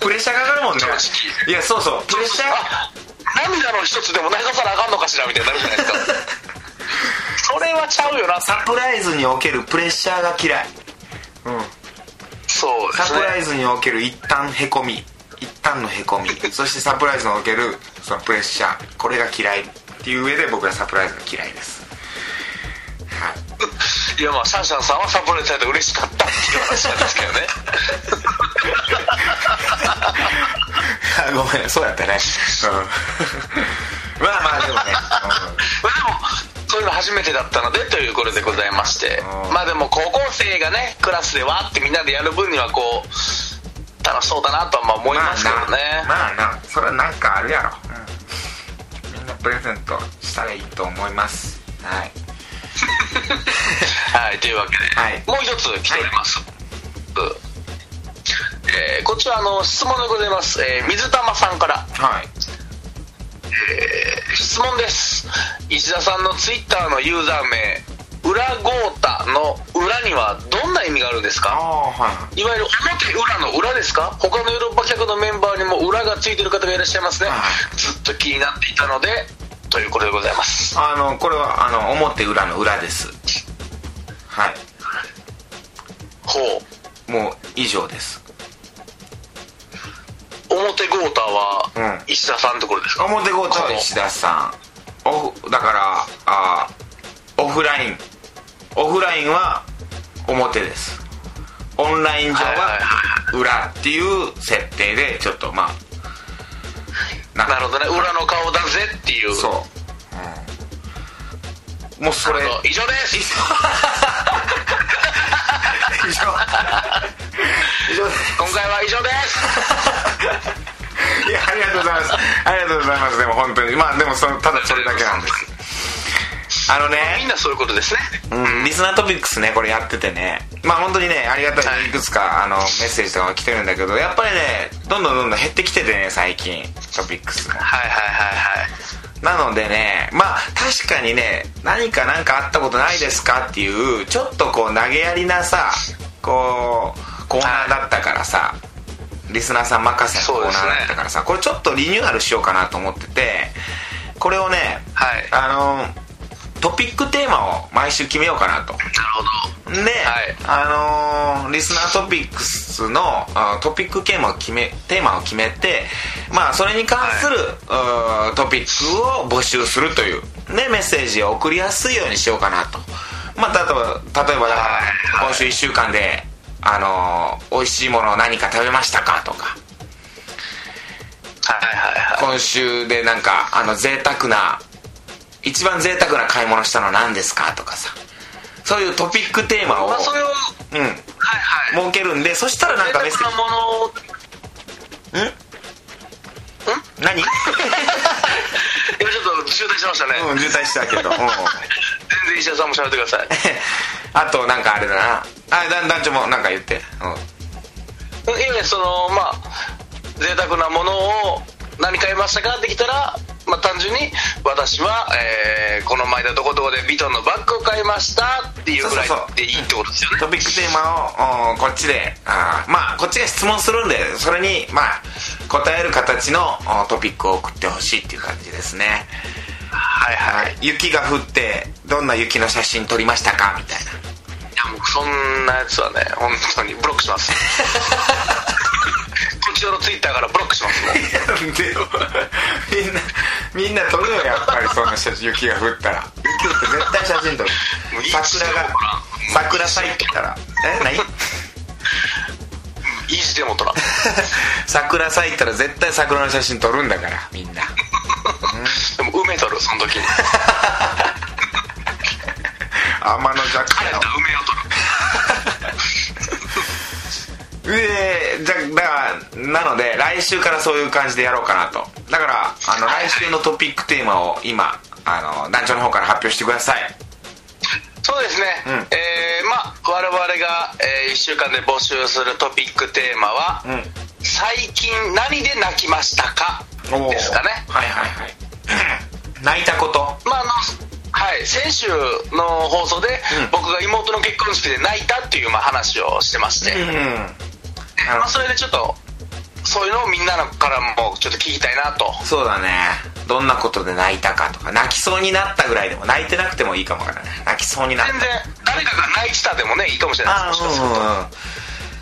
Speaker 1: プレッシャーかかるもんね
Speaker 2: 正直
Speaker 1: いやそうそうプレッシャー
Speaker 2: あ涙の一つでも流さなあかんのかしらみたいになるじゃない ですかそれはちゃうよな
Speaker 1: サプライズにおけるプレッシャーが嫌い
Speaker 2: そうで
Speaker 1: サ
Speaker 2: す
Speaker 1: プ
Speaker 2: ね
Speaker 1: ライズにおける一旦へこみ一旦のへこみそしてサプライズにおけるそのプレッシャーこれが嫌いっていう上で僕はサプライズが嫌いですはい
Speaker 2: いやまあシャンシャンさんはサプライズされて嬉しかったっていう話なんですけ どね
Speaker 1: あ ごめんそうやったね うんまあまあでもね、
Speaker 2: まあでもそういうの初めてだったのでというこれでございまして
Speaker 1: うん
Speaker 2: まあでも高校生がねクラスでわーってみんなでやる分にはこう楽しそうだなとはまあ思
Speaker 1: うん
Speaker 2: い
Speaker 1: ま
Speaker 2: ま
Speaker 1: あ
Speaker 2: すけどね、
Speaker 1: なまあなそれはなんかあるやろ、うん、みんなプレゼントしたらいいと思いますはい
Speaker 2: はい、というわけで、
Speaker 1: はい
Speaker 2: もう一つ来ております、うんえーこちらあの質問でございます、えー水玉さんから、
Speaker 1: はい
Speaker 2: えー質問です石田さんのツイッターのユーザー名裏ゴータの裏にはどんな意味があるんです
Speaker 1: あ
Speaker 2: か
Speaker 1: あはい
Speaker 2: わゆる表裏の裏ですか他のヨーロッパ客のメンバーにも裏がついてる方がいらっしゃいますね
Speaker 1: は
Speaker 2: ずっと気になっていたのでということでございます
Speaker 1: あのこれはあの表裏の裏ですはい
Speaker 2: ほう
Speaker 1: もう以上です
Speaker 2: 表ゴータは
Speaker 1: う
Speaker 2: 石田さんのところですか、
Speaker 1: 表ごとは石田さんオフだからあーオフラインオフラインは表ですオンライン上
Speaker 2: はいはい
Speaker 1: は裏っていう設定でちょっとまあな
Speaker 2: なるほどね裏の顔だぜっていう
Speaker 1: そう、うん、もうそれ
Speaker 2: なるほど以上です
Speaker 1: 以上以上です
Speaker 2: 今回は以上です
Speaker 1: いやありがとうございますありがとうございますでも本当にまあでもそのただそれだけなんですあのね
Speaker 2: みんなそういうことですね
Speaker 1: うん、リスナートピックスねこれやっててねまあ本当にねありがた
Speaker 2: はい
Speaker 1: いいくつかあのメッセージとかが来てるんだけどやっぱりねどんどんどんどん減ってきててね最近トピックスが
Speaker 2: はいはいはいはい
Speaker 1: なのでねまあ確かにね何か何かあったことないですかっていうちょっとこう投げやりなさこうコーナーだったからさリスナーさん任せのコーナーだったからさ、これちょっとリニューアルしようかなと思っててこれをね、
Speaker 2: はい
Speaker 1: あのトピックテーマを毎週決めようかなと
Speaker 2: なるほ
Speaker 1: で、
Speaker 2: い
Speaker 1: あのーリスナートピックスのあトピックテーマを決めテーマを決めて、まあ、それに関する、うートピックを募集するという、ね、メッセージを送りやすいようにしようかなと、まあ、例えば例えばだか
Speaker 2: は
Speaker 1: ら
Speaker 2: い
Speaker 1: 今週1週間で、あのー美味しいものを何か食べましたかとか
Speaker 2: どはいはいはい
Speaker 1: 今週でなんかあの贅沢な一番贅沢な買い物したのは何ですかとかさそういうトピックテーマを、
Speaker 2: まあそれを
Speaker 1: うん
Speaker 2: はいはい
Speaker 1: 設けるんでそしたらなんかメッセ
Speaker 2: 贅沢
Speaker 1: ー
Speaker 2: なものを
Speaker 1: ジ何
Speaker 2: 今ちょっと渋滞しましたね、
Speaker 1: うん渋滞したけど、うん
Speaker 2: 全然石田さんも喋ってください
Speaker 1: あとなんかあれだなあだ団長もなんか言って、う
Speaker 2: いやいやそのまあ贅沢なものを何買いましたかってきたらまあ単純に私は、えーこの間どこどこでビトンのバッグを買いましたっていうぐらいでいいってことですよね
Speaker 1: ん、トピックテーマをおこっちであーまあこっちが質問するんでそれにまあ答える形のおトピックを送ってほしいっていう感じですね
Speaker 2: はいはいい
Speaker 1: 雪が降ってどんな雪の写真撮りましたかみたいな
Speaker 2: やもうそんなやつはね本当にブロックします こちらのツイッターからブロックしますもん
Speaker 1: でもみんなみんな撮るよやっぱりそんな写真雪が降ったら雪降って絶対写真撮る桜が桜咲いてたらえ何
Speaker 2: 意地でもとらん
Speaker 1: 桜咲いたら絶対桜の写真撮るんだからみんな
Speaker 2: でも梅取るその時に
Speaker 1: 天の弱
Speaker 2: 枯れた梅を取る
Speaker 1: でじゃだからなので来週からそういう感じでやろうかなとだからあの来週のトピックテーマを今あの団長の方から発表してください
Speaker 2: そうですね、
Speaker 1: ん
Speaker 2: えーまあ我々が、え1週間で募集するトピックテーマは「
Speaker 1: ん
Speaker 2: 最近何で泣きましたか?」
Speaker 1: おー
Speaker 2: ですかね
Speaker 1: はいはいはい 泣いたこと
Speaker 2: まああのはい、先週の放送で、
Speaker 1: ん
Speaker 2: 僕が妹の結婚式で泣いたっていう、まあ、話をしてまして、
Speaker 1: うんなる
Speaker 2: ま
Speaker 1: ほ
Speaker 2: あ、それでちょっとそういうのをみんなのからもちょっと聞きたいなと
Speaker 1: どそうだねどんなことで泣いたかとか泣きそうになったぐらいでも泣いてなくてもいいかもわからない泣きそうになっ
Speaker 2: 全然誰かが泣いてたでもねいいかもしれない
Speaker 1: あ
Speaker 2: ですもしかす
Speaker 1: う
Speaker 2: ると
Speaker 1: んうん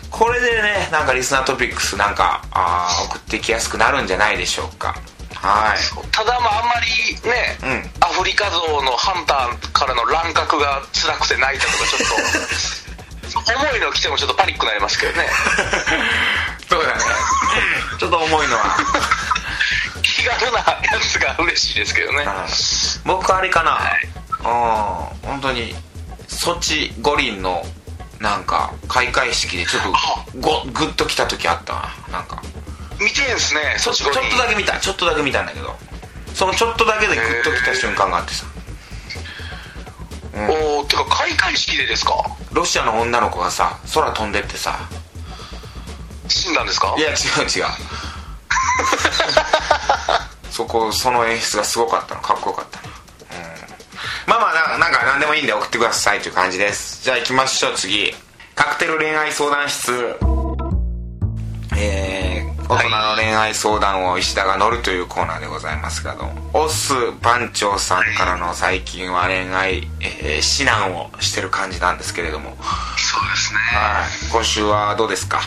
Speaker 1: これでねなんかリスナートピックスなんかあー送ってきやすくなるんじゃないでしょうかはい
Speaker 2: ただまああんまりね、
Speaker 1: うん
Speaker 2: アフリカゾウのハンターからの乱獲が辛くて泣いたとか ちょっと重いの来てもちょっとパニックになりますけどね
Speaker 1: そうだねちょっと重いのは
Speaker 2: 気軽なやつが嬉しいですけどね
Speaker 1: 僕あれかな、
Speaker 2: はい
Speaker 1: うん本当にソチ五輪のなんか開会式でちょっ
Speaker 2: あ
Speaker 1: とごグッときた時あったななんか
Speaker 2: 見てんすね
Speaker 1: ちょ
Speaker 2: そ
Speaker 1: っ
Speaker 2: っち
Speaker 1: と
Speaker 2: こに
Speaker 1: だけ見たちょっとだけ見たんだけどそのちょっとだけでグッときた瞬間があってさ
Speaker 2: おおてか開会式でですか
Speaker 1: ロシアの女の子がさ空飛んでってさ
Speaker 2: 死んだんですか
Speaker 1: いや違う違う そこその演出がすごかったのかっこよかったの、うん、まあまあななんか何でもいいんで送ってくださいという感じですじゃあ行きましょう次カクテル恋愛相談室えー、大人の恋愛相談を石田が乗るというコーナーでございますがどうもオス番長さんからの最近は恋愛、えー指南をしてる感じなんですけれども、
Speaker 2: そうですね
Speaker 1: はい、今週はどうですか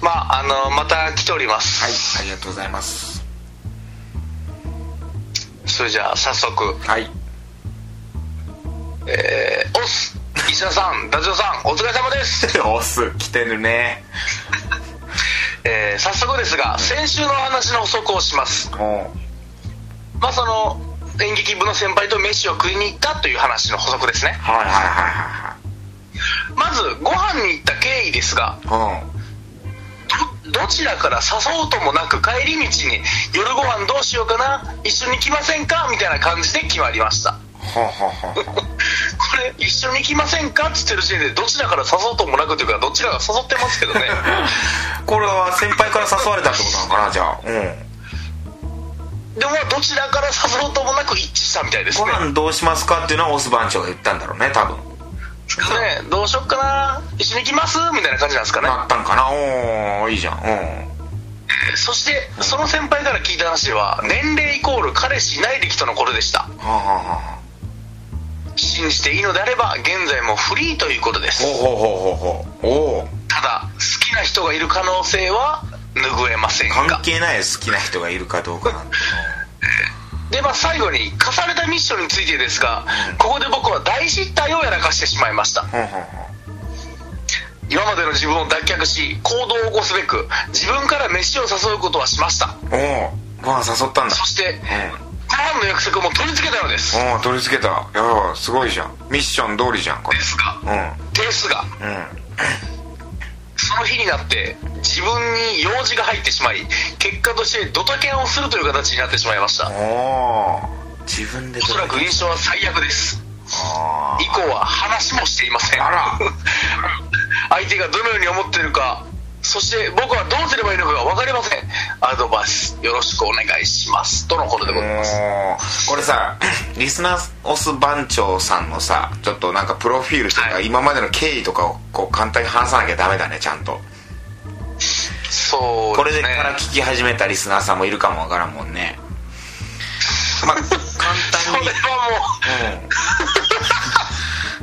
Speaker 2: まああのまた来ております
Speaker 1: はいありがとうございます
Speaker 2: それじゃあ早速
Speaker 1: はい
Speaker 2: えー、オス石田さんダジオさんお疲れ様です
Speaker 1: オス来てるね
Speaker 2: えー早速ですが先週のお話の補足をします
Speaker 1: も
Speaker 2: まあその演劇部の先輩と飯を食いに行ったという話の補足ですね
Speaker 1: うはいは
Speaker 2: まずご飯に行った経緯ですが
Speaker 1: いはいはい
Speaker 2: どどちらから誘うともなく帰り道に夜ご飯どうしようかな一緒に来ませんかみたいな感じで決まりました
Speaker 1: うんははは
Speaker 2: これ一緒に来ませんかって言ってる時点でどちらから誘うともなくというかどちらが誘ってますけどね
Speaker 1: これは先輩から誘われたってことなのかなじゃあうん
Speaker 2: でもまあどちらから誘うともなく一致したみたいです
Speaker 1: ご
Speaker 2: ね
Speaker 1: 飯どうしますかっていうのはオス番長が言ったんだろうね多分
Speaker 2: ねどうしよっかな一緒に行きますみたいな感じなんですかね
Speaker 1: なったんかなおーいいじゃんうん
Speaker 2: そしてその先輩から聞いた話は年齢イコール彼氏いない歴とのことでした
Speaker 1: はあはあはあ
Speaker 2: 信じていいのであれば現在もフリーということで
Speaker 1: ほう
Speaker 2: す
Speaker 1: ほうほうほうほうおお
Speaker 2: ただ好きな人がいる可能性は拭えません
Speaker 1: 関
Speaker 2: が
Speaker 1: 係ない好きな人がいるかどうかなんて
Speaker 2: でまあ最後に課されたミッションについてですがここで僕は大失態をやらかしてしまいました
Speaker 1: うんうんうん
Speaker 2: 今までの自分を脱却し行動を起こすべく自分から飯を誘うことはしました
Speaker 1: おおご飯誘ったんだ
Speaker 2: そして
Speaker 1: うん
Speaker 2: ご飯の約束も取り付けたのです
Speaker 1: おお取り付けたやばいすごいじゃんミッション通りじゃんこれ
Speaker 2: ですが
Speaker 1: う
Speaker 2: ですが
Speaker 1: んうん
Speaker 2: その日になって自分に用事が入ってしまい結果としてドタキャンをするという形になってしまいました
Speaker 1: おー自分で
Speaker 2: おそらく印象は最悪です
Speaker 1: あ
Speaker 2: 以降は話もしていません
Speaker 1: あら
Speaker 2: 相手がどのように思っているかそして僕はどうすればいいのかが分かりませんアドバイスよろしくお願いしますとのことでございます
Speaker 1: ーこれさリスナーオス番長さんのさちょっとなんかプロフィールとか
Speaker 2: はい
Speaker 1: 今までの経緯とかをこう簡単に話さなきゃダメだねちゃんと
Speaker 2: そ
Speaker 1: こ
Speaker 2: うで
Speaker 1: れ
Speaker 2: す
Speaker 1: で
Speaker 2: ね
Speaker 1: から聞き始めたリスナーさんもいるかもわからんもんねまあ簡
Speaker 2: そ
Speaker 1: 単に
Speaker 2: れはも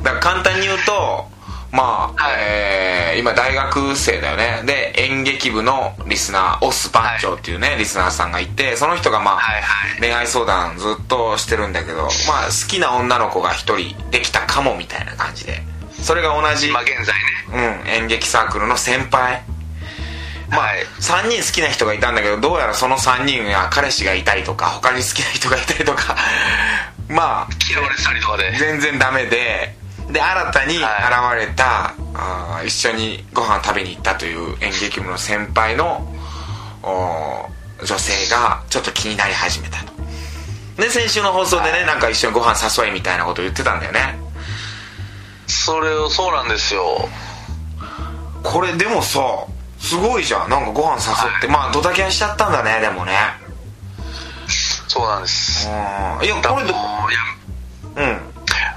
Speaker 1: うんだから簡単に言うとまあ、
Speaker 2: はい
Speaker 1: えー今大学生だよねで演劇部のリスナーオス番長っていうね、リスナーさんがいてその人がまあ、
Speaker 2: はいはい
Speaker 1: 恋愛相談ずっとしてるんだけどまあ好きな女の子が一人できたかもみたいな感じでそれが同じ、
Speaker 2: う今現在ね
Speaker 1: うん、演劇サークルの先輩まあ、
Speaker 2: はい
Speaker 1: 3人好きな人がいたんだけどどうやらその3人は彼氏がいたりとか他に好きな人がいたりとか まあ
Speaker 2: 嫌われてたりとかで
Speaker 1: 全然ダメでで新たに現れた、あー一緒にご飯食べに行ったという演劇部の先輩のお女性がちょっと気になり始めたとで先週の放送でねなんか一緒にご飯誘いみたいなこと言ってたんだよね
Speaker 2: それをそうなんですよ
Speaker 1: これでもさすごいじゃんなんかご飯誘って、まあドタキャンしちゃったんだねでもね
Speaker 2: そうなんです
Speaker 1: うんいやこれど
Speaker 2: もういや
Speaker 1: うん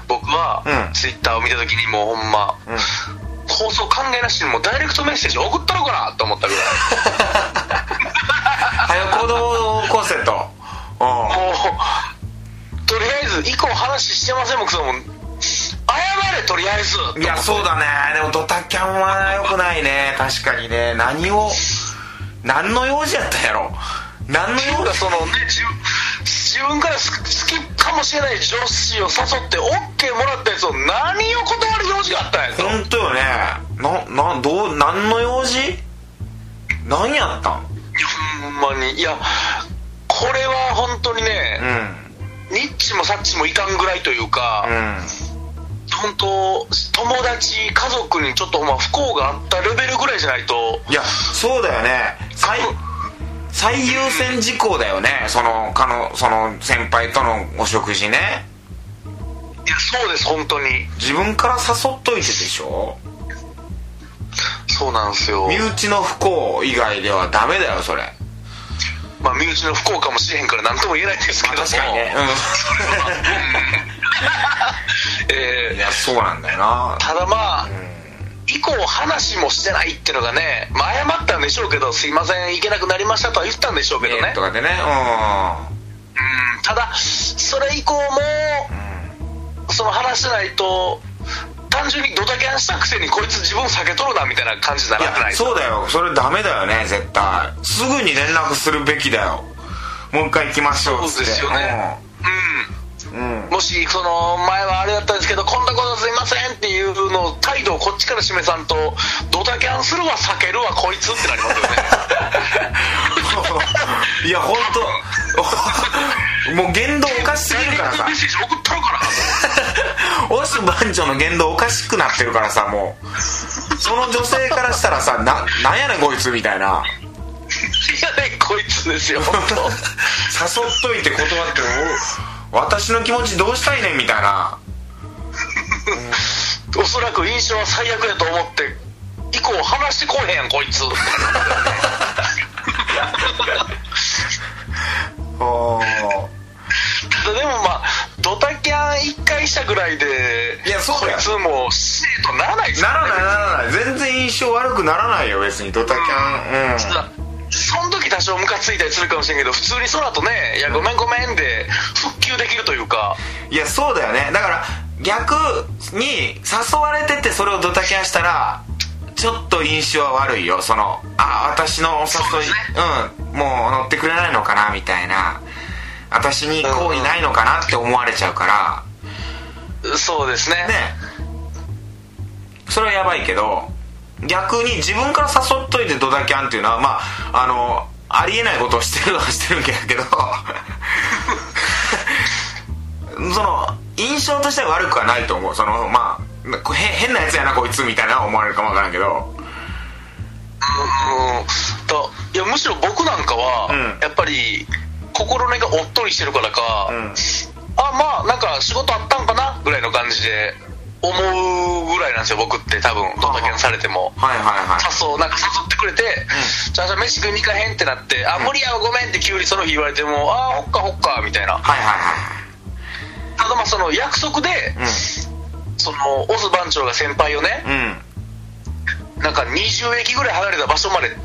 Speaker 2: 僕は、
Speaker 1: うん
Speaker 2: ツイッターを見た時にもうほんま、
Speaker 1: うん
Speaker 2: 放送関係なしにもうダイレクトメッセージ送ったのかなと思ったぐらい
Speaker 1: 早く行動を起こせとうん
Speaker 2: もうとりあえず以降話してませんもんクソもん謝れとりあえず
Speaker 1: いやそうだねでもドタキャンは良くないね確かにね何を何の用事やったんやろ何の
Speaker 2: なん
Speaker 1: 用
Speaker 2: か
Speaker 1: 事
Speaker 2: そのね自分自分からす好きかもしれない女子を誘って OK もらったやつを何を断る用事があったんやと
Speaker 1: 本当よねななどう何の用事何やったん
Speaker 2: いやほんまにいやこれは本当に
Speaker 1: う
Speaker 2: ね、
Speaker 1: ん
Speaker 2: ニッチもサッチもいかんぐらいというか、
Speaker 1: うん
Speaker 2: 本当友達家族にちょっとまあ不幸があったレベルぐらいじゃないと
Speaker 1: いやそうだよね最最優先事項だよねそのかのその先輩とのお食事ね
Speaker 2: いやそうです本当に
Speaker 1: 自分から誘っといてでしょ
Speaker 2: そうなんですよ
Speaker 1: 身内の不幸以外ではダメだよそれ
Speaker 2: まあ、身内の不幸かもしれへんから何とも言えないですけども、
Speaker 1: 確かにねう
Speaker 2: え
Speaker 1: んい
Speaker 2: ー
Speaker 1: やそうなんだよな
Speaker 2: ただまあ、以降話もしてないっていうのがね、まあ、謝ったんでしょうけどすいません行けなくなりましたとは言ったんでしょうけど
Speaker 1: メー
Speaker 2: ね
Speaker 1: ルとかでね
Speaker 2: うんただそれ以降もその話しないと単純にドタキャンしたくせにこいつ自分避けとるなみたいな感じにな
Speaker 1: うんい
Speaker 2: らない
Speaker 1: やそうだよそれダメだよね絶対すぐに連絡するべきだよもう一回行きましょうっつ
Speaker 2: そ
Speaker 1: って
Speaker 2: うですよねうん
Speaker 1: うんうん
Speaker 2: もしその前はあれだったんですけどこんなことすいませんっていうのを態度をこっちから示さんとドタキャンするわ避けるわこいつってなりますよね
Speaker 1: いや本当 もう言動おかしすぎるからさ
Speaker 2: メッセージ送ったのか
Speaker 1: オス番長の言動おかしくなってるからさもうその女性からしたらさななんやねんこいつみたいな
Speaker 2: ないやねこいつですよ本当
Speaker 1: 誘っといて断ってお私の気持ちどうしたいねんみたいな
Speaker 2: おそらく印象は最悪やと思って以降話してこうへんやんこいつってなりますよね
Speaker 1: お
Speaker 2: ただでもまあドタキャン一回したぐらいで
Speaker 1: いやそうだよ
Speaker 2: こいつも死ねとならないです
Speaker 1: な
Speaker 2: よね
Speaker 1: らないならない全然印象悪くならないよ別にドタキャンうん
Speaker 2: その時多少ムカついたりするかもしれんけど普通にその後ね「いやごめんごめん」で復旧できるというか
Speaker 1: いやそうだよねだから逆に誘われててそれをドタキャンしたらちょっと印象は悪いよそのあ私のお
Speaker 2: そう
Speaker 1: 誘
Speaker 2: で
Speaker 1: い
Speaker 2: すね
Speaker 1: うんもう乗ってくれないのかなみたいな私に好意ないのかなって思われちゃうから、
Speaker 2: そうですね
Speaker 1: ねそれはやばいけど逆に自分から誘っといてドタキャンっていうのはまああのありえないことをしてる はしてるんだけどその印象としては悪くはないと思うそのまあこ変変なやつやなこいつみたいな思われるかもわからんけど
Speaker 2: うんといやむしろ僕なんかは、
Speaker 1: うん
Speaker 2: やっぱり心根がおっとりしてるからか、
Speaker 1: ん
Speaker 2: あまあなんか仕事あったんかなぐらいの感じで思うぐらいなんですよ僕って多分ドタキャンされても。
Speaker 1: はいはいはい
Speaker 2: 誘うなんか誘ってくれて、じゃあじゃあ飯食いに行かへんってなって、あ無理やわごめんって急にその日言われてもああほっかほっかみたいな
Speaker 1: はいはい
Speaker 2: ただまあその約束で、
Speaker 1: はい
Speaker 2: そのオズ番長が先輩をね
Speaker 1: う、んうん
Speaker 2: なんか20駅ぐらい離れた場所まで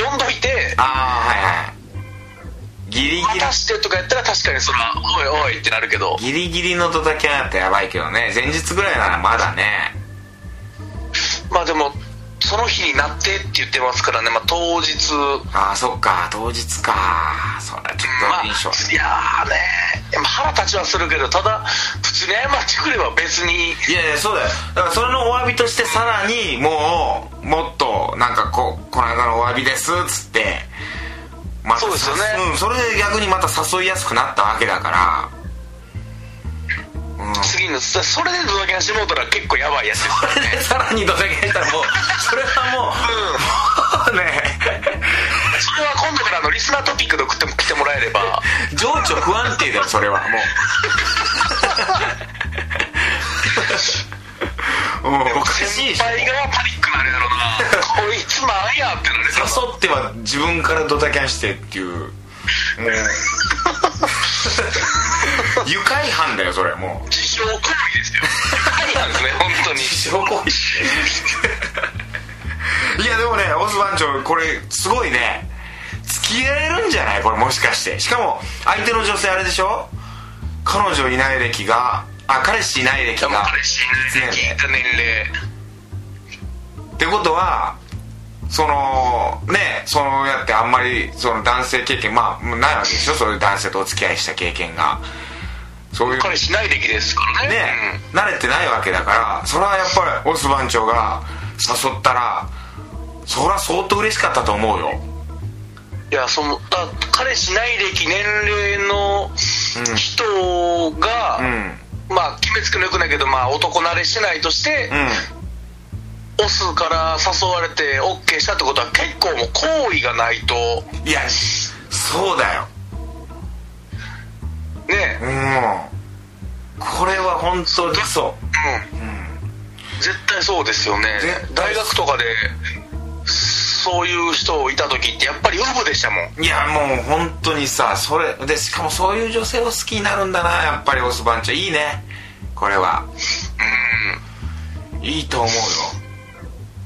Speaker 2: 呼んどいて
Speaker 1: ああはいはいギリギリ
Speaker 2: 果たしてとかやったら確かにそれはおいおいってなるけど
Speaker 1: ギリギリのドタキャンやったらやばいけどね前日ぐらいならまだね
Speaker 2: まあでもその日になってって言ってますからね、まあ、当日
Speaker 1: ああそっか当日かそれはちょっ
Speaker 2: まあ
Speaker 1: と印象、
Speaker 2: いやーねまあ腹立ちはするけどただ普通に謝ってくれば別に
Speaker 1: いやいやそうだよだからそれのお詫びとしてさらにもうもっとなんかこうこの間のお詫びですっつってまた
Speaker 2: そうですよね
Speaker 1: さうん、それで逆にまた誘いやすくなったわけだから
Speaker 2: 次のそそれでドタキャンしてもうたら結構やばいやつです
Speaker 1: それでさらにドタキャンしたらもうそれはもう、もうね
Speaker 2: それは今度からあのリスナートピックで送っても来てもらえれば
Speaker 1: 情緒不安定だよそれは もうもうおかしい
Speaker 2: 先
Speaker 1: し
Speaker 2: 輩がパニックになるやろなこいつなんやってなるやろ
Speaker 1: 誘っては自分からドタキャンしてっていうもう愉快犯だよそれもう
Speaker 2: 自称行為ですよはいなんですね本当に
Speaker 1: 証拠いやでもねオス番長これすごいね付き合えるんじゃないこれもしかしてしかも相手の女性あれでしょ彼女いない歴があ彼氏いない歴
Speaker 2: でも
Speaker 1: が
Speaker 2: 彼氏いないで聞いた年齢
Speaker 1: ってことはそのねそのやってあんまりその男性経験まあもうないわけでしょそういう男性とお付き合いした経験がそういう
Speaker 2: 彼氏いない歴ですからね
Speaker 1: ね、慣れてないわけだからそれはやっぱりオス番長が誘ったらそりゃ相当嬉しかったと思うよ
Speaker 2: うんいやそのだ彼氏いない歴年齢の人が、
Speaker 1: うん
Speaker 2: まあ決めつけのよくないけど、まあ、男慣れしてないとして、
Speaker 1: うん
Speaker 2: オスから誘われて OK したってことは結構もう好意がないと
Speaker 1: いやそうだよ
Speaker 2: ね
Speaker 1: うんこれは本当にそ
Speaker 2: うん、絶対そうですよね
Speaker 1: 絶対
Speaker 2: 大学とかでそういう人いた時ってやっぱりウブでしたもん
Speaker 1: ういやもう本当にさそれでしかもそういう女性を好きになるんだなやっぱりオス番長いいねこれはうんいいと思うよ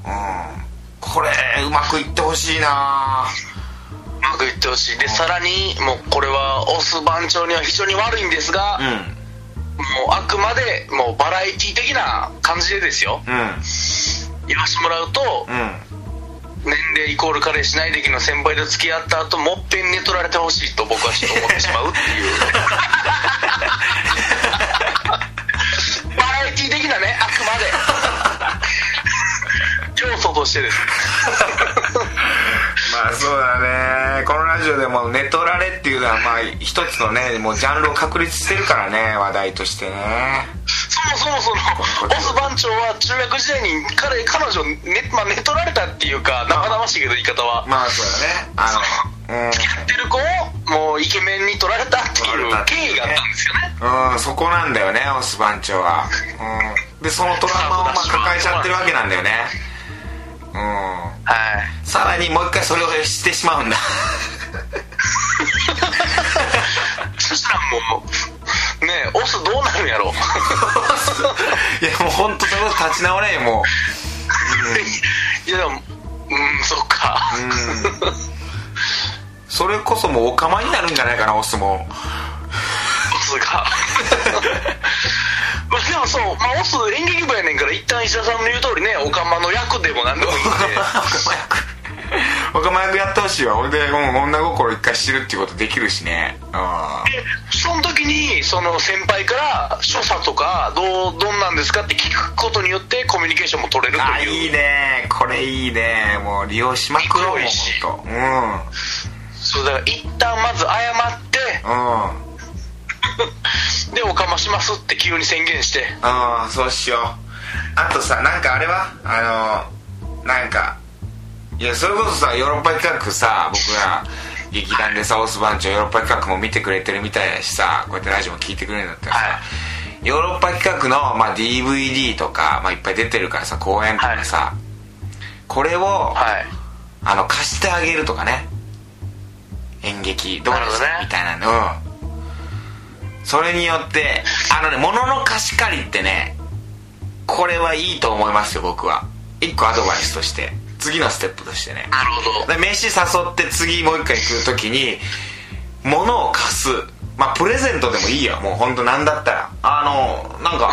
Speaker 1: うんこれうまくいってほしいな
Speaker 2: うまくいってほしいでさらにもうこれはオス番長には非常に悪いんですが、もう
Speaker 1: うん
Speaker 2: あくまでもうバラエティ的な感じでですよ
Speaker 1: うん
Speaker 2: 言わしてもらうと、
Speaker 1: うん
Speaker 2: 年齢イコール彼氏ない歴の先輩と付き合った後もっぺん寝取られてほしいと僕はちょっと思ってしまうっていうバラエティ的なねあくまで要素としてです
Speaker 1: まあそうだねこのラジオでも「寝取られ」っていうのはまあ一つのねもうジャンルを確立してるからね話題としてね
Speaker 2: そもそもそのオス番長は中学時代に彼彼女ね、まあ、寝取られたっていうか生々しいけど言い方は
Speaker 1: まあそうだねあの
Speaker 2: 付き合ってる子をもうイケメンに取られたっていう経緯があったんですよね
Speaker 1: うん、うん、そこなんだよねオス番長は、うん、でそのトラウマをまあ抱えちゃってるわけなんだよねうん
Speaker 2: はい
Speaker 1: さらにもう一回それをしてしま うんだ
Speaker 2: そしたらもうねえオスどうなるんやろ
Speaker 1: いやもう本当それこそ立ち直れんよもう
Speaker 2: いやでもうんそっか、
Speaker 1: それこそもうお釜になるんじゃないかなオスも
Speaker 2: オスが まあでもそう、まあ、オス演劇部やねんから一旦石田さんの言う通りねオカマの役でも何 でもいいんで
Speaker 1: 若前役やってほしいわ俺で、うん、女心一回知るっていうことできるしねう
Speaker 2: でその時にその先輩から所作とかどうどんなんですかって聞くことによってコミュニケーションも取れる
Speaker 1: んあ
Speaker 2: という
Speaker 1: いいねこれいいねもう利用しまくろうもう
Speaker 2: いいし
Speaker 1: ほんとうん
Speaker 2: そうだから一旦まず謝って
Speaker 1: うん
Speaker 2: でオカマしますって急に宣言して
Speaker 1: うんそうしようあとさなんかあれはあのなんかいやそれこそさヨーロッパ企画さ僕ら劇団でさオス番長ヨーロッパ企画も見てくれてるみたいだしさこうやってラジオも聞いてくれるんだったらさ、
Speaker 2: は
Speaker 1: ヨーロッパ企画の、まあ、DVD とか、まあ、いっぱい出てるからさ公演とかさ、これを、
Speaker 2: はい
Speaker 1: あの貸してあげるとかね演劇どうです
Speaker 2: な
Speaker 1: かみ
Speaker 2: るほ
Speaker 1: たいなのうんそれによってあのね物の貸し借りってねこれはいいと思いますよ僕は一個アドバイスとして次のステップとしてね
Speaker 2: なるほど
Speaker 1: で飯誘って次もう一回行く時に物を貸すまあプレゼントでもいいよもう本当なんだったらあのなんか、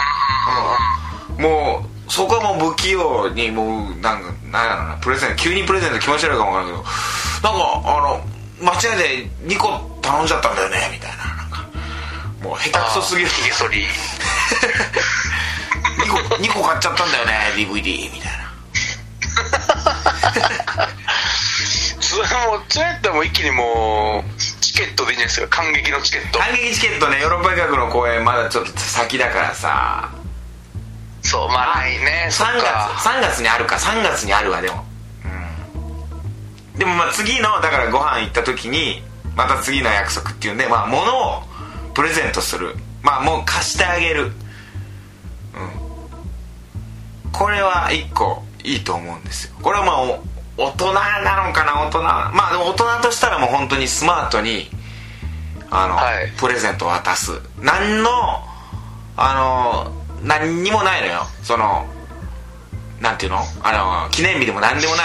Speaker 1: うんもうそこはもう不器用にもうなんかなんやろなプレゼント急にプレゼント気持ち悪いかもわからんけどなんかあの間違いで2個頼んじゃったんだよねみたいななんかもう下手くそすぎる
Speaker 2: ひげ剃り
Speaker 1: 2個2個買っちゃったんだよね DVD みたいな
Speaker 2: それもうそれやったらもう一気にもうチケットでいいんじゃないですか感激のチケット
Speaker 1: 反撃チケットねヨーロッパ企画の公演まだちょっと先だからさ
Speaker 2: そうまあないねそっ
Speaker 1: 3月
Speaker 2: か
Speaker 1: 3月にあるか3月にあるわでもうんでもまあ次のだからご飯行った時にまた次の約束っていうんでまあ物をプレゼントするまあもう貸してあげるうんこれは一個いいと思うんですよこれはまあお大人なのかな大人まあでも大人としたらもう本当にスマートにあの、
Speaker 2: はい
Speaker 1: プレゼントを渡す何のあの何にもないのよそのなんていうのあの記念日でも何でもない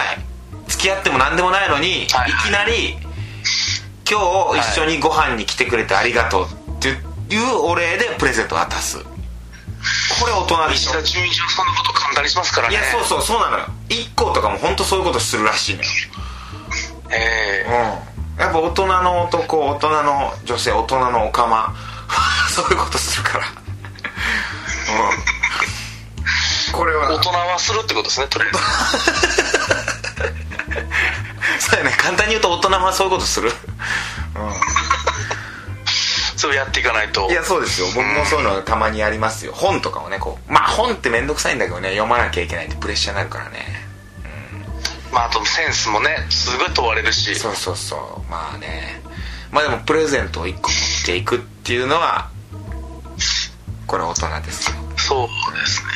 Speaker 1: 付き合っても何でもないのに、
Speaker 2: はい
Speaker 1: いきなり「今日一緒にご飯に来てくれてありがとう」っていうお礼でプレゼントを渡すこれ大人でし
Speaker 2: 石
Speaker 1: ょ
Speaker 2: 田純一郎さんのこと簡単にしますから
Speaker 1: い
Speaker 2: ね
Speaker 1: やそうそうそうなのよ1個とかも本当そういうことするらしいのよ
Speaker 2: ええ
Speaker 1: うんやっぱ大人の男大人の女性大人のおかま そういうことする からうんこれは
Speaker 2: 大人はするってことですねとりあえず
Speaker 1: そうやね簡単に言うと大人はそういうことする
Speaker 2: それをやっていかないと
Speaker 1: いやそうですよ僕もそういうのたまにやりますよ本とかをねこうまあ本って面倒くさいんだけどね読まなきゃいけないってプレッシャーになるからね
Speaker 2: まああとセンスもねすごい問われるし
Speaker 1: そうそうそうまあねまあでもプレゼントを1個持っていくっていうのはこれ大人ですよ
Speaker 2: そうですね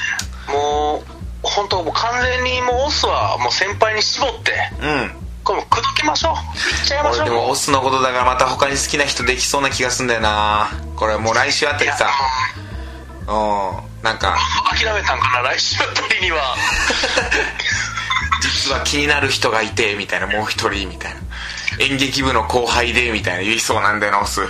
Speaker 2: もう本当もう完全にもうオスはもう先輩に絞って
Speaker 1: うん
Speaker 2: これもう口説きましょういっちゃいましょ
Speaker 1: 俺
Speaker 2: う
Speaker 1: でもオスのことだからまた他に好きな人できそうな気がすんだよなこれもう来週あたりさ
Speaker 2: い
Speaker 1: うんなんか
Speaker 2: や諦めたんかな来週あたりには
Speaker 1: 実は気になる人がいてみたいなもう一人みたいな演劇部の後輩でみたいな言いそうなんだよなオス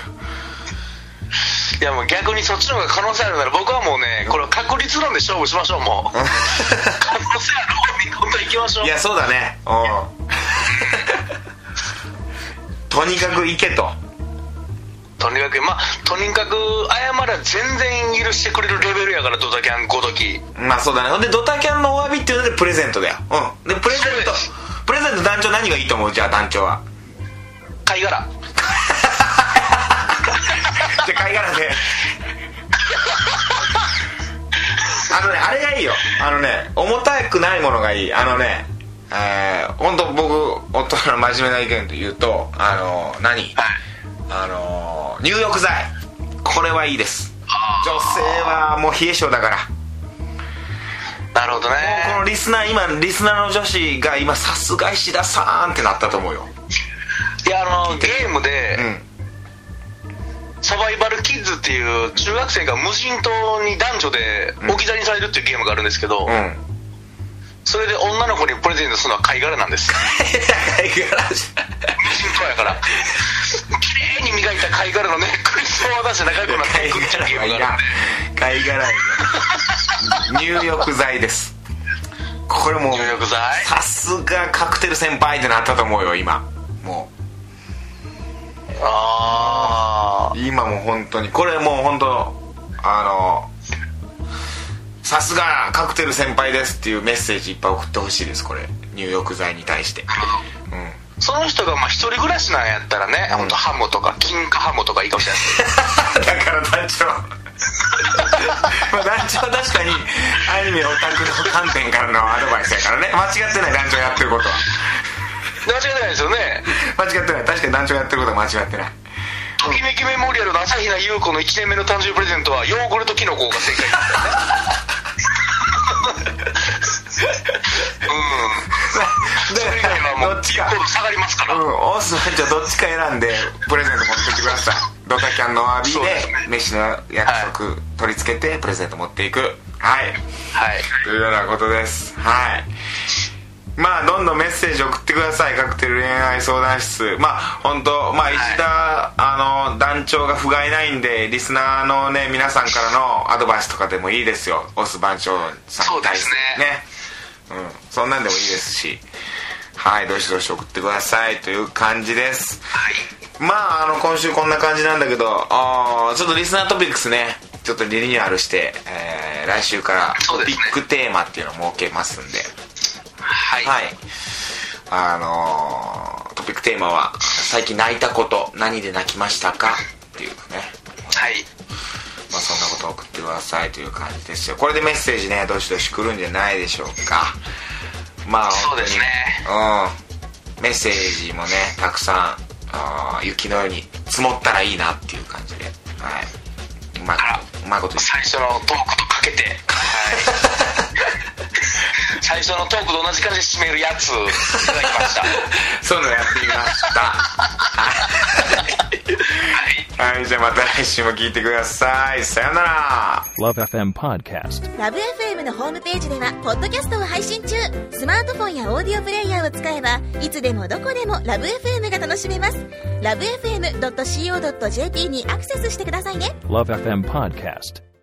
Speaker 2: いやもう逆にそっちの方が可能性あるなら僕はもうねこれは確率論で勝負しましょうも う可能性ある方に本当に行きましょう
Speaker 1: いやそうだねうん とにかく行けと
Speaker 2: とにかくまあとにかく謝ら全然許してくれるレベルやからドタキャンごとき
Speaker 1: まあそうだねほんでドタキャンのお詫びっていうのでプレゼントだようんでプレゼントプレゼント団長何がいいと思うじゃあ団長は
Speaker 2: 貝殻
Speaker 1: じゃあ貝殻であのねあれがいいよあのね重たくないものがいいあのねえー、本当僕大人の真面目な意見と言うとあの何あの入浴剤これはいいです女性はもう冷え性だから
Speaker 2: なるほどね
Speaker 1: このリスナー今リスナーの女子が今さすが石田さんってなったと思うよ
Speaker 2: いやあのゲームで、
Speaker 1: うん
Speaker 2: サバイバルキッズっていう中学生が無人島に男女で置き去りにされるっていうゲームがあるんですけど、
Speaker 1: うん
Speaker 2: それで女の子にプレゼントするのは貝殻なんです
Speaker 1: 貝殻じゃ
Speaker 2: 無人島やから綺麗に磨いた貝殻のネックレスを渡して仲良くなっていくっていうゲームがあるんで
Speaker 1: 貝殻 入浴剤ですこれもう
Speaker 2: 入浴剤
Speaker 1: さすがカクテル先輩ってなったと思うよ今も
Speaker 2: あ
Speaker 1: う今もう本当にこれもう本当あのさすがカクテル先輩ですっていうメッセージいっぱい送ってほしいですこれ入浴剤に対してうん
Speaker 2: あその人がまあ一人暮らしなんやったらね、
Speaker 1: うん
Speaker 2: ほんとハムとか金貨ハムとかいいかもし れないで
Speaker 1: だ
Speaker 2: す
Speaker 1: から団長 まあ団長は確かにアニメオタクの観点からのアドバイスやからね間違ってない団長やってることは
Speaker 2: で間違いないですよね
Speaker 1: 間違ってない確かに団長やってることは間違ってない
Speaker 2: ときめきメモリアルの朝比奈優子の1年目の誕生日プレゼントはヨーグルトキノコが正解ですよねうんそれ以外はも
Speaker 1: ど
Speaker 2: う
Speaker 1: っち
Speaker 2: 一
Speaker 1: か
Speaker 2: 歩下がりますから、
Speaker 1: うんオース団長どっちか選んでプレゼント持ってってくださいドタキャンのお詫びで
Speaker 2: そうですね
Speaker 1: 飯の約束取り付けてプレゼント持っていくはい
Speaker 2: はい
Speaker 1: というようなことですはいまあどんどんメッセージ送ってくださいカクテル恋愛相談室まあ本当まあ石田、あの団長が不甲斐ないんでリスナーのね皆さんからのアドバイスとかでもいいですよオス番長さんに対してねうんそんなんでもいいですしはいどしどし送ってくださいという感じです
Speaker 2: はい
Speaker 1: まああの今週こんな感じなんだけどあーちょっとリスナートピックスねちょっとリニューアルして、えー来週から
Speaker 2: そ
Speaker 1: ト
Speaker 2: うで
Speaker 1: ピ
Speaker 2: すね
Speaker 1: ックテーマっていうのを設けますんで
Speaker 2: はい、
Speaker 1: はいあのートピックテーマは最近泣いたこと何で泣きましたかっていうね、
Speaker 2: はい
Speaker 1: まあ、そんなことを送ってくださいという感じですよこれでメッセージねどしどし来るんじゃないでしょうかまあ
Speaker 2: そうですね
Speaker 1: 本当にうんメッセージもねたくさんあー雪のように積もったらいいなっていう感じではいうまいことうまいこと言って
Speaker 2: 最初のトークとかけて、最初のトークと同じ感じで締めるやついただきました
Speaker 1: そういうのやってみましたはい、はい、じゃあまた来週も聞いてくださいさよなら
Speaker 3: Love FM Podcast.
Speaker 4: ラブ f m のホームページではポッドキャストを配信中スマートフォンやオーディオプレイヤーを使えばいつでもどこでもラブ f m が楽しめますラブ FM.co.jp にアクセスしてくださいね
Speaker 3: Love FM Podcast.